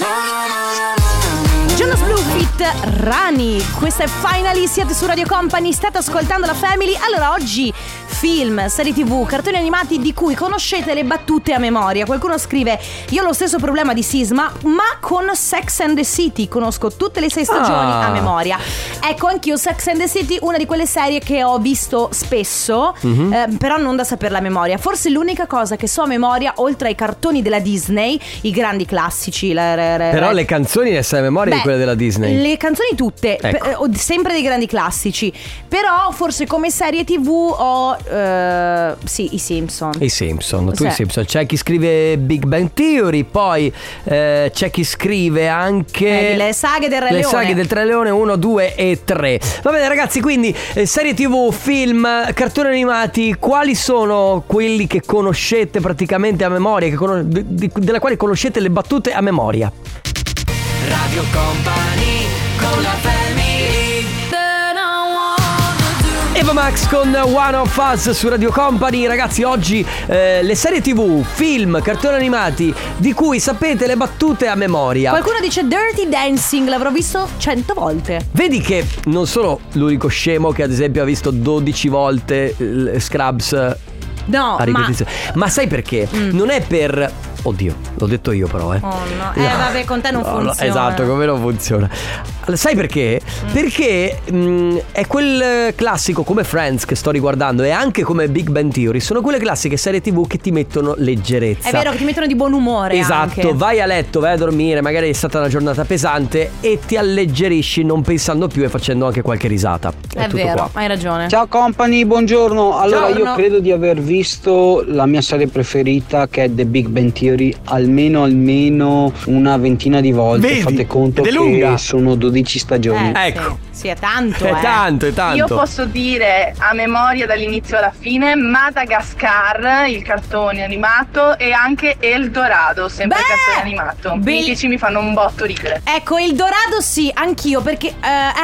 Speaker 2: Jonas Blue Fit Rani, questa è Finally, siete su Radio Company, state ascoltando la Family. Allora, oggi film, serie tv, cartoni animati di cui conoscete le battute a memoria. Qualcuno scrive, io ho lo stesso problema di Sisma, ma con Sex and the City conosco tutte le sei stagioni
Speaker 12: Ah.
Speaker 2: a memoria. Ecco, anch'io Sex and the City, una di quelle serie che ho visto spesso,
Speaker 12: Mhm.
Speaker 2: eh, però non da saperla a memoria. Forse l'unica cosa che so a memoria, oltre ai cartoni della Disney, i grandi classici. la- la- la-
Speaker 1: Però
Speaker 2: la-
Speaker 1: le canzoni ne sai a memoria di
Speaker 2: Eh. Beh,
Speaker 1: quelle della Disney.
Speaker 2: le canzoni tutte,
Speaker 1: Ecco.
Speaker 2: per- eh, ho sempre dei grandi classici. Però forse come serie TV ho eh, sì, i Simpson.
Speaker 1: I Simpson, tu i
Speaker 2: Sì.
Speaker 1: Simpson. C'è chi scrive Big Bang Theory, poi eh, c'è chi scrive anche...
Speaker 2: Eh, le saghe del Re
Speaker 1: le
Speaker 2: Leone.
Speaker 1: saghe del Tre Leone 1, 2 e 3. Va bene ragazzi, quindi eh, serie tv, film, cartoni animati, quali sono quelli che conoscete praticamente a memoria, che conos- di- di- della quale conoscete le battute a memoria?
Speaker 4: Radio Company con la family
Speaker 1: Eva Max con One of Us su Radio Company. Ragazzi, oggi eh, le serie tv, film, cartoni animati di cui sapete le battute a memoria.
Speaker 2: Qualcuno dice Dirty Dancing, l'avrò visto cento volte.
Speaker 1: Vedi che non sono l'unico scemo che ad esempio ha visto 12 volte eh, Scrubs eh, a
Speaker 2: No, Oh, ma... Mm.
Speaker 1: ripetizione. Ma... sai perché? Non è per... Oddio, l'ho detto io però, eh.
Speaker 2: Oh no. Eh vabbè, con te non
Speaker 1: No, no,
Speaker 2: funziona. Mm.
Speaker 1: esatto, come non funziona. Allora, Sai perché? Perché mh, è quel eh, classico come Friends che sto riguardando e anche come Big Bang Theory, sono quelle classiche serie TV che ti mettono leggerezza.
Speaker 2: È vero che ti mettono di buon umore.
Speaker 1: Esatto,
Speaker 2: anche.
Speaker 1: vai a letto, vai a dormire, magari è stata una giornata pesante e ti alleggerisci non pensando più e facendo anche qualche risata. È,
Speaker 2: È
Speaker 1: tutto
Speaker 2: vero,
Speaker 1: qua.
Speaker 2: hai ragione.
Speaker 13: Ciao company, buongiorno. Allora
Speaker 2: Buongiorno.
Speaker 13: io credo di aver visto la mia serie preferita che è The Big Bang Theory almeno almeno una ventina di volte.
Speaker 1: Vedi?
Speaker 13: Fate conto
Speaker 1: Ed è
Speaker 13: che
Speaker 1: lunga.
Speaker 13: sono 12 stagioni.
Speaker 1: Eh, Ecco.
Speaker 12: Sì, è tanto.
Speaker 1: È
Speaker 12: eh.
Speaker 1: tanto, è tanto.
Speaker 12: Io posso dire a memoria dall'inizio alla fine Madagascar, il cartone animato, e anche Eldorado, sempre il cartone animato.
Speaker 2: be-
Speaker 12: Bellici mi fanno un botto ridere.
Speaker 2: Ecco, il Dorado sì, anch'io perché... eh,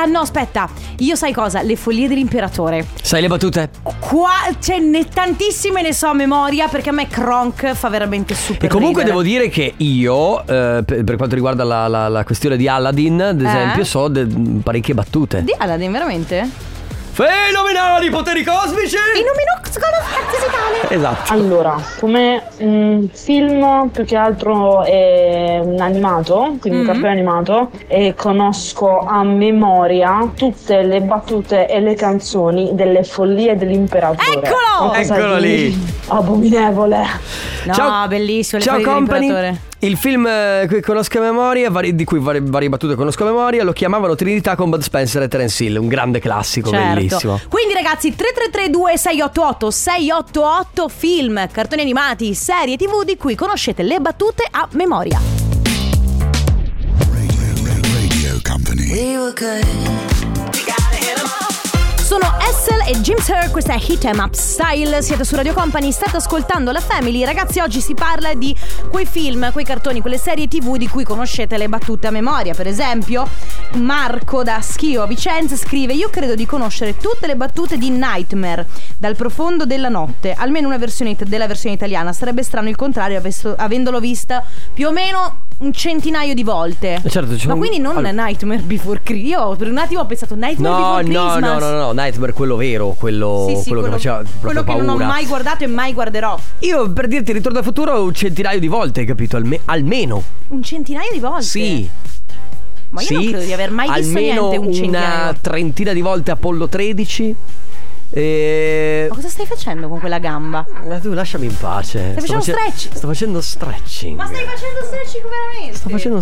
Speaker 2: ah no, aspetta, io sai cosa? Le follie dell'imperatore.
Speaker 1: Sai le battute?
Speaker 2: Qua, cioè, ne, tantissime ne so a memoria perché a me Kronk fa veramente super
Speaker 1: E comunque
Speaker 2: ridere.
Speaker 1: devo dire che io, eh, per, per quanto riguarda la, la- la questione di Aladdin, ad
Speaker 2: Eh?
Speaker 1: esempio, so de- parecchie battute.
Speaker 2: Di Aladdin, veramente?
Speaker 1: Fenomenali poteri cosmici!
Speaker 2: I
Speaker 1: Esatto.
Speaker 15: Allora, come mm, film più che altro è un animato,
Speaker 12: Mm.
Speaker 15: quindi un
Speaker 16: Mhm.
Speaker 15: cartone animato, e conosco a memoria tutte le battute e le canzoni delle follie dell'imperatore.
Speaker 2: Eccolo!
Speaker 15: Una cosa
Speaker 1: Eccolo
Speaker 15: di
Speaker 1: lì.
Speaker 15: Abominevole.
Speaker 2: No, bellissimo, le
Speaker 1: Ciao
Speaker 2: foglie
Speaker 1: Company.
Speaker 2: dell'imperatore.
Speaker 1: Il film eh, che conosco a memoria, vari- di cui varie, varie battute conosco a memoria, lo chiamavano Trinità con Bud Spencer e Terence Hill, un grande classico,
Speaker 2: Certo.
Speaker 1: Oh, bellissimo.
Speaker 2: Quindi ragazzi 3332 688 688 film, cartoni animati, serie tv di cui conoscete le battute a memoria. Sono Essel e Jim Sir, questa è Hit Em Up Style, siete su Radio Company, state ascoltando la Family. Ragazzi, oggi si parla di quei film, quei cartoni, quelle serie TV di cui conoscete le battute a memoria. Per esempio, Marco da Schio a Vicenza scrive: "Io credo di conoscere tutte le battute di Nightmare dal profondo della notte, almeno una versione it- della versione italiana. Sarebbe strano il contrario avesso- avendolo vista più o meno un centinaio di volte.
Speaker 1: Eh, certo, ci
Speaker 2: Ma
Speaker 1: sono-
Speaker 2: quindi non
Speaker 1: Allora-
Speaker 2: Nightmare Before Christmas. Io per un attimo ho pensato Nightmare
Speaker 1: No,
Speaker 2: Before
Speaker 1: no,
Speaker 2: Christmas.
Speaker 1: no, no, no, Nightmare, quello vero, quello,
Speaker 2: Sì, sì,
Speaker 1: quello che faceva proprio
Speaker 2: quello che
Speaker 1: paura.
Speaker 2: non ho mai guardato e mai guarderò.
Speaker 1: Io per dirti Ritorno al futuro un centinaio di volte, hai capito? Alme- almeno.
Speaker 2: Un centinaio di volte.
Speaker 1: Sì.
Speaker 2: Ma io non
Speaker 1: Sì.
Speaker 2: credo di aver mai visto
Speaker 1: Almeno eh,
Speaker 2: niente un
Speaker 1: una
Speaker 2: centinaio.
Speaker 1: trentina di volte Apollo 13. E...
Speaker 2: Ma cosa stai facendo con quella gamba?
Speaker 1: Ma tu lasciami in pace.
Speaker 2: Stai facendo
Speaker 1: face-
Speaker 2: stretch?
Speaker 1: Sto facendo stretching.
Speaker 2: Ma stai facendo stretching veramente? Sto
Speaker 1: facendo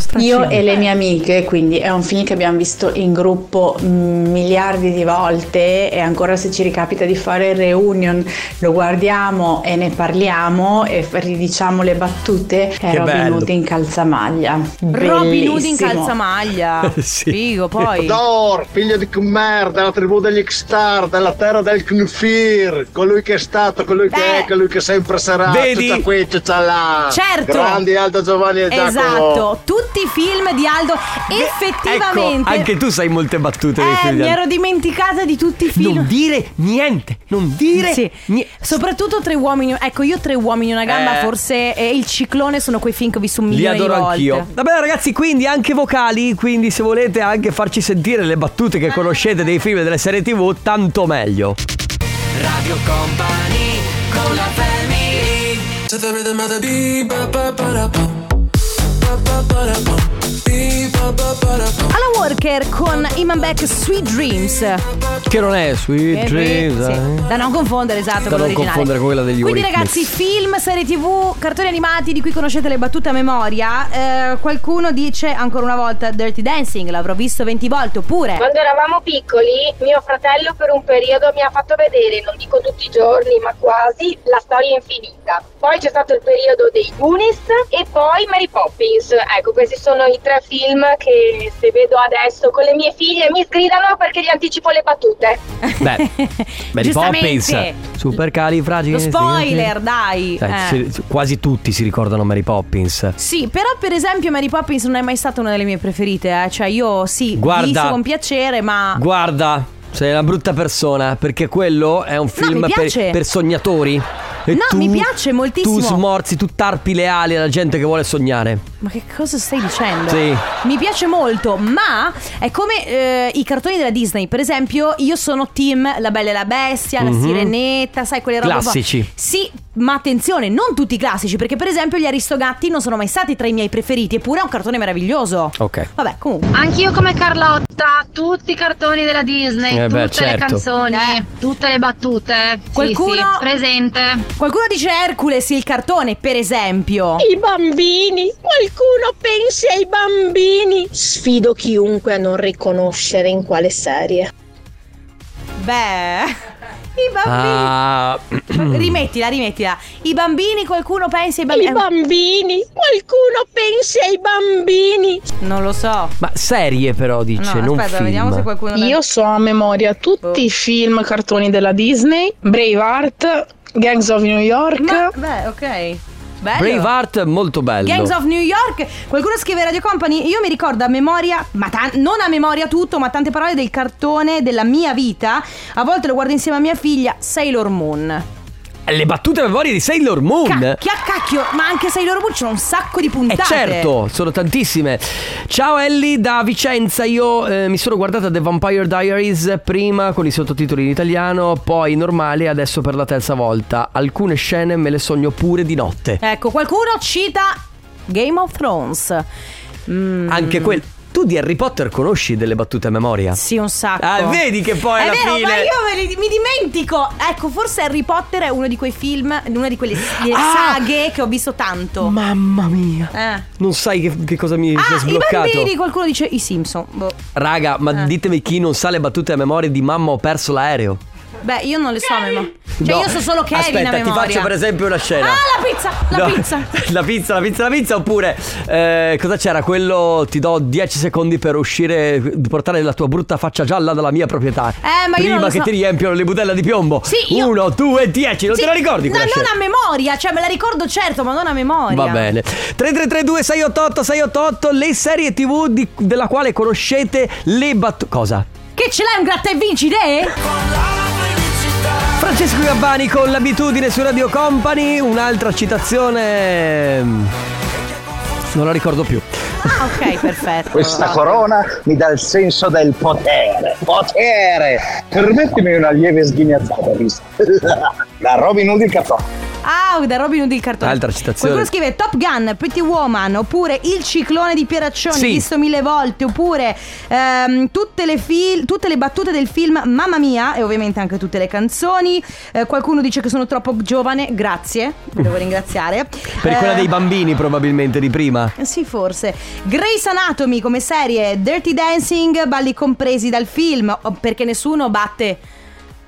Speaker 17: Io
Speaker 1: stretching.
Speaker 17: e le mie amiche, quindi è un film che abbiamo visto in gruppo mh, miliardi di volte e ancora se ci ricapita di fare il reunion lo guardiamo e ne parliamo e f- ridiciamo le battute. È
Speaker 1: Che
Speaker 17: Robin
Speaker 1: bello.
Speaker 17: Hood in calzamaglia.
Speaker 2: Robin Hood in
Speaker 17: Bellissimo.
Speaker 2: calzamaglia.
Speaker 1: Sì.
Speaker 2: Figo, poi.
Speaker 18: Thor, figlio di Khmer, della tribù degli Xtar, della terra del Knufir, colui che è stato, colui che è, colui che sempre sarà.
Speaker 1: Vedi?
Speaker 18: Tutta qui, tutta ecco là.
Speaker 2: Certo.
Speaker 18: Grandi Aldo Giovanni e Giacomo.
Speaker 2: Esatto, tutti i film di Aldo.
Speaker 1: Ecco,
Speaker 2: Effettivamente.
Speaker 1: anche tu sai molte battute dei
Speaker 2: Eh,
Speaker 1: film di
Speaker 2: mi
Speaker 1: Aldo.
Speaker 2: ero dimenticata di tutti i film.
Speaker 1: Non dire niente, non dire
Speaker 2: Sì. Soprattutto tre uomini. Ecco, io tre uomini e una gamba,
Speaker 1: Eh.
Speaker 2: forse. E il ciclone sono quei film che ho visto un
Speaker 1: Li
Speaker 2: milione
Speaker 1: adoro
Speaker 2: di volte.
Speaker 1: anch'io. Vabbè, ragazzi, quindi anche vocali. Quindi, se volete anche farci sentire le battute che conoscete dei film e delle serie TV, tanto meglio.
Speaker 4: Radio Company con la family To the rhythm of the beat ba ba ba da bum Ba ba ba da bum Beat ba ba ba da bum
Speaker 2: Alla Walker con Iman Beck Sweet Dreams.
Speaker 1: Che non è Sweet
Speaker 2: Eh,
Speaker 1: Dreams.
Speaker 2: sì.
Speaker 1: eh?
Speaker 2: Da non confondere, esatto,
Speaker 1: Da
Speaker 2: con
Speaker 1: non
Speaker 2: l'originale.
Speaker 1: confondere con quella degli
Speaker 2: Quindi,
Speaker 1: Eurythmics.
Speaker 2: ragazzi, film, serie TV, cartoni animati di cui conoscete le battute a memoria. Eh, qualcuno dice ancora una volta Dirty Dancing, l'avrò visto 20 volte, oppure.
Speaker 19: Quando eravamo piccoli, mio fratello per un periodo mi ha fatto vedere, non dico tutti i giorni, ma quasi, la storia infinita. Poi c'è stato il periodo dei Goonies e poi Mary Poppins. Ecco, questi sono i tre film che se vedo adesso con le mie figlie mi sgridano perché gli anticipo le battute.
Speaker 1: eh? Beh, Mary Poppins.
Speaker 2: Giustamente.
Speaker 1: Super cali,
Speaker 2: Lo spoiler, dai. Eh.
Speaker 1: quasi tutti si ricordano Mary Poppins.
Speaker 2: Sì, però per esempio Mary Poppins non è mai stata una delle mie preferite, eh. cioè io sì,
Speaker 1: Guarda.
Speaker 2: visto con piacere, ma
Speaker 1: Guarda, sei una brutta persona perché quello è un film
Speaker 2: mi
Speaker 1: per,
Speaker 2: piace.
Speaker 1: per sognatori. E
Speaker 2: No,
Speaker 1: tu-
Speaker 2: mi piace moltissimo.
Speaker 1: Tu smorzi, tu tarpi le ali alla gente che vuole sognare.
Speaker 2: Ma che cosa stai dicendo?
Speaker 1: Sì.
Speaker 2: Mi piace molto, ma è come eh, i cartoni della Disney, per esempio, io sono team La Bella e la Bestia,
Speaker 1: Mhm.
Speaker 2: La Sirenetta, sai quelle robe un po'-
Speaker 1: Classici.
Speaker 2: Sì, ma attenzione, non tutti i classici, perché per esempio gli Aristogatti non sono mai stati tra i miei preferiti, eppure è un cartone meraviglioso.
Speaker 1: Ok.
Speaker 2: Vabbè, comunque.
Speaker 16: Anch'io come Carlotta, tutti i cartoni della Disney,
Speaker 1: Eh beh,
Speaker 16: tutte le
Speaker 1: certo.
Speaker 16: canzoni, tutte le battute. Sì,
Speaker 2: Qualcuno
Speaker 16: sì, presente.
Speaker 2: Qualcuno dice Hercules, il cartone, per esempio.
Speaker 20: I bambini, qualcuno pensi ai bambini. Sfido chiunque a non riconoscere in quale serie.
Speaker 2: Beh, i bambini.
Speaker 1: Ah,
Speaker 2: Rimettila, rimettila. I bambini, qualcuno pensa ai bambini.
Speaker 20: I bambini, qualcuno pensi ai bambini.
Speaker 2: Eh, Non lo so.
Speaker 1: Ma serie però dice,
Speaker 20: No,
Speaker 1: non
Speaker 20: aspetta,
Speaker 1: film.
Speaker 20: vediamo se
Speaker 2: qualcuno
Speaker 20: Io so a memoria tutti i film, cartoni della Disney, Braveheart, Gangs of New York.
Speaker 2: Beh, ok. Bello.
Speaker 1: Braveheart molto bello.
Speaker 2: Gangs of New York, qualcuno scrive Radio Company. Io mi ricordo a memoria, ma tan- non a memoria tutto, ma tante parole del cartone della mia vita. A volte lo guardo insieme a mia figlia, Sailor Moon.
Speaker 1: Eh, Le battute a memoria di Sailor Moon.
Speaker 2: Chi a cacchio, ma anche Sailor Moon c'è un sacco di puntate.
Speaker 1: Eh certo, sono tantissime. Ciao Ellie da Vicenza, io eh, mi sono guardata The Vampire Diaries prima con i sottotitoli in italiano, poi normale adesso per la terza volta. Alcune scene me le sogno pure di notte.
Speaker 2: Ecco, qualcuno cita Game of Thrones. Mm.
Speaker 1: Anche quel tu di Harry Potter conosci delle battute a memoria?
Speaker 2: Sì, un sacco.
Speaker 1: Ah, vedi che poi
Speaker 2: È
Speaker 1: alla
Speaker 2: vero,
Speaker 1: fine
Speaker 2: ma io me li- mi dimentico. Ecco, forse Harry Potter è uno di quei film, una di quelle delle
Speaker 1: Ah!
Speaker 2: saghe che ho visto tanto.
Speaker 1: Mamma mia.
Speaker 2: Eh.
Speaker 1: non sai che, che cosa mi si è
Speaker 2: Ah, i
Speaker 1: sbloccato.
Speaker 2: bambini, qualcuno dice i Simpson. Boh.
Speaker 1: Raga, ma
Speaker 2: Eh.
Speaker 1: ditemi chi non sa le battute a memoria di mamma ho perso l'aereo.
Speaker 2: Beh, io non le so a memoria. Cioè,
Speaker 1: No.
Speaker 2: io so solo Kevin
Speaker 1: Aspetta,
Speaker 2: a memoria.
Speaker 1: ti faccio per esempio una scena.
Speaker 2: Ah, la pizza, la
Speaker 1: No.
Speaker 2: pizza.
Speaker 1: La pizza, la pizza, la pizza oppure eh, cosa c'era? Quello ti do 10 secondi per uscire, portare la tua brutta faccia gialla dalla mia proprietà.
Speaker 2: Eh, ma io
Speaker 1: Prima
Speaker 2: non lo
Speaker 1: che
Speaker 2: so.
Speaker 1: ti riempiono le budella di piombo.
Speaker 2: Sì, io-
Speaker 1: Uno, due, dieci, non
Speaker 2: Sì,
Speaker 1: te la ricordi
Speaker 2: No,
Speaker 1: quella
Speaker 2: non
Speaker 1: scena?
Speaker 2: a memoria, cioè me la ricordo certo, ma non a memoria.
Speaker 1: Va bene. 3332 688 688 le serie TV di- della quale conoscete le battute. Cosa?
Speaker 2: Che ce l'hai un gratta e vinci te?
Speaker 1: Francesco Gabbani con l'abitudine su Radio Company, un'altra citazione mm, non la ricordo più.
Speaker 2: Ah, ok, perfetto.
Speaker 21: Questa corona mi dà il senso del potere. Potere! Permettimi una lieve sghignazzata, visto? La Robin Hood il capo.
Speaker 2: Ah, da Robin Hood il cartone.
Speaker 1: Altra citazione.
Speaker 2: Qualcuno scrive Top Gun, Pretty Woman, oppure Il ciclone di Pieraccioni,
Speaker 1: Sì.
Speaker 2: visto mille volte, oppure ehm, tutte, le fil- tutte le battute del film Mamma Mia e ovviamente anche tutte le canzoni. Eh, qualcuno dice che sono troppo giovane, grazie, vi devo ringraziare.
Speaker 1: Per quella
Speaker 2: Eh,
Speaker 1: dei bambini probabilmente di prima.
Speaker 2: sì, forse. Grace Anatomy come serie, Dirty Dancing, balli compresi dal film, o- perché nessuno batte.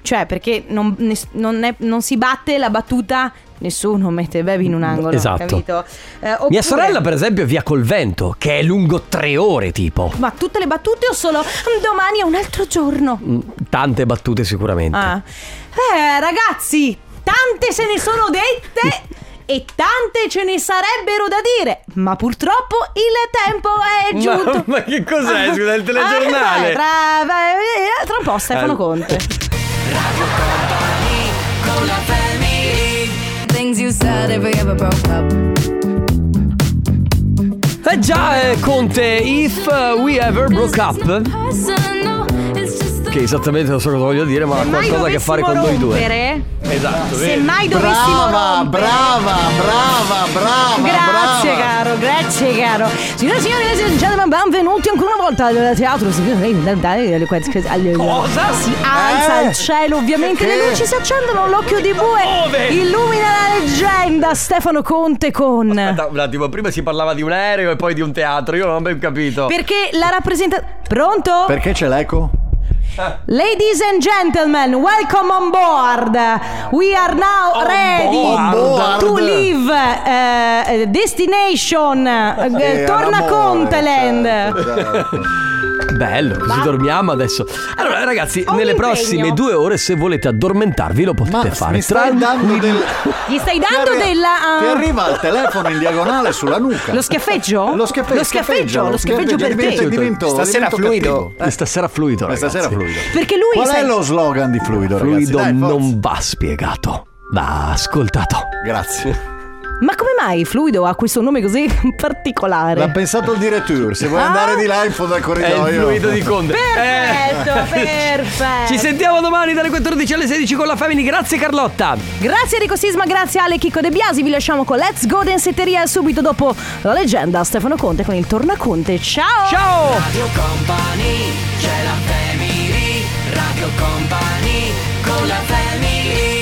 Speaker 2: Cioè, perché non, ness- non è- non si batte la battuta, nessuno mette il baby in un angolo.
Speaker 1: Esatto.
Speaker 2: Capito? Eh,
Speaker 1: Mia
Speaker 2: oppure-
Speaker 1: sorella per esempio è via col vento, che è lungo tre ore tipo.
Speaker 2: Ma tutte le battute o solo domani è un altro giorno?
Speaker 1: Mm, Tante battute sicuramente.
Speaker 2: Ah. Eh, ragazzi, tante se ne sono dette. E tante ce ne sarebbero da dire, ma purtroppo il tempo è
Speaker 1: Ma-
Speaker 2: giunto.
Speaker 1: Ma, che cos'è? Scusa, il
Speaker 2: Ah,
Speaker 1: telegiornale.
Speaker 2: tra, eh, tra un po' Stefano
Speaker 1: Eh.
Speaker 2: Conte.
Speaker 22: Things you said if we ever broke up.
Speaker 1: Eh già, eh, Conte, if uh, we ever broke up. Che esattamente non so cosa voglio dire, ma ha qualcosa a che fare con noi due. Esatto,
Speaker 2: Se mai dovessimo rompere.
Speaker 23: Eh, brava, brava, brava,
Speaker 2: Grazie
Speaker 23: brava.
Speaker 2: caro, grazie caro. Signore e signori, ladies and gentlemen, benvenuti ancora una volta al teatro. Cosa? Si alza
Speaker 23: Eh?
Speaker 2: il cielo, ovviamente
Speaker 23: Che?
Speaker 2: le luci si accendono, l'occhio di
Speaker 1: Dove?
Speaker 2: bue illumina la leggenda Stefano Conte con
Speaker 1: Aspetta, un attimo, prima si parlava di un aereo e poi di un teatro, io non ho ben capito.
Speaker 2: Perché la rappresenta Pronto?
Speaker 23: Oh. Perché c'è l'eco?
Speaker 2: Ladies and gentlemen, welcome on board. We are now ready
Speaker 23: board.
Speaker 2: to leave eh, destination eh,
Speaker 23: Sì, certo,
Speaker 2: Torna
Speaker 23: all'amore,
Speaker 2: Conteland.
Speaker 1: Bello, così dormiamo adesso. Allora, ragazzi,
Speaker 2: un
Speaker 1: nelle
Speaker 2: impegno.
Speaker 1: prossime due ore, se volete addormentarvi, lo potete fare.
Speaker 23: Mi stai
Speaker 1: Tranquilli.
Speaker 23: dando del...
Speaker 2: Gli stai
Speaker 23: Ti
Speaker 2: dando
Speaker 23: arri-
Speaker 2: della
Speaker 23: Ti
Speaker 2: ah,
Speaker 23: arriva il telefono in diagonale sulla nuca.
Speaker 2: Lo schiaffeggio?
Speaker 23: Lo schiaffe-
Speaker 2: Lo schiaffeggio, lo schiaffeggio per
Speaker 23: divento-
Speaker 2: te.
Speaker 23: divento-
Speaker 1: Stasera
Speaker 23: divento
Speaker 1: fluido.
Speaker 23: cattivo. Eh,
Speaker 1: Stasera fluido.
Speaker 23: eh, Stasera fluido.
Speaker 2: Perché lui
Speaker 23: Qual
Speaker 2: sai-
Speaker 23: è lo slogan di fluido, ragazzi?
Speaker 1: Fluido
Speaker 23: Dai, forza.
Speaker 1: non va spiegato, va ascoltato.
Speaker 23: Grazie.
Speaker 2: Ma come mai Fluido ha questo nome così particolare?
Speaker 23: L'ha pensato il direttore. Se vuoi
Speaker 2: Ah.
Speaker 23: andare di là in fondo al corridoio.
Speaker 1: È il fluido di Conte.
Speaker 2: Perfetto,
Speaker 23: Eh.
Speaker 2: perfetto.
Speaker 1: Ci sentiamo domani dalle 14 alle 16 con la Family. Grazie Carlotta.
Speaker 2: Grazie Enrico Sisma, grazie Ale Chicco De Biasi. Vi lasciamo con Let's Go Densetteria e subito dopo la leggenda Stefano Conte con il Tornaconte. Ciao!
Speaker 1: Ciao!
Speaker 4: Radio Company, c'è la family, Radio Company, con la family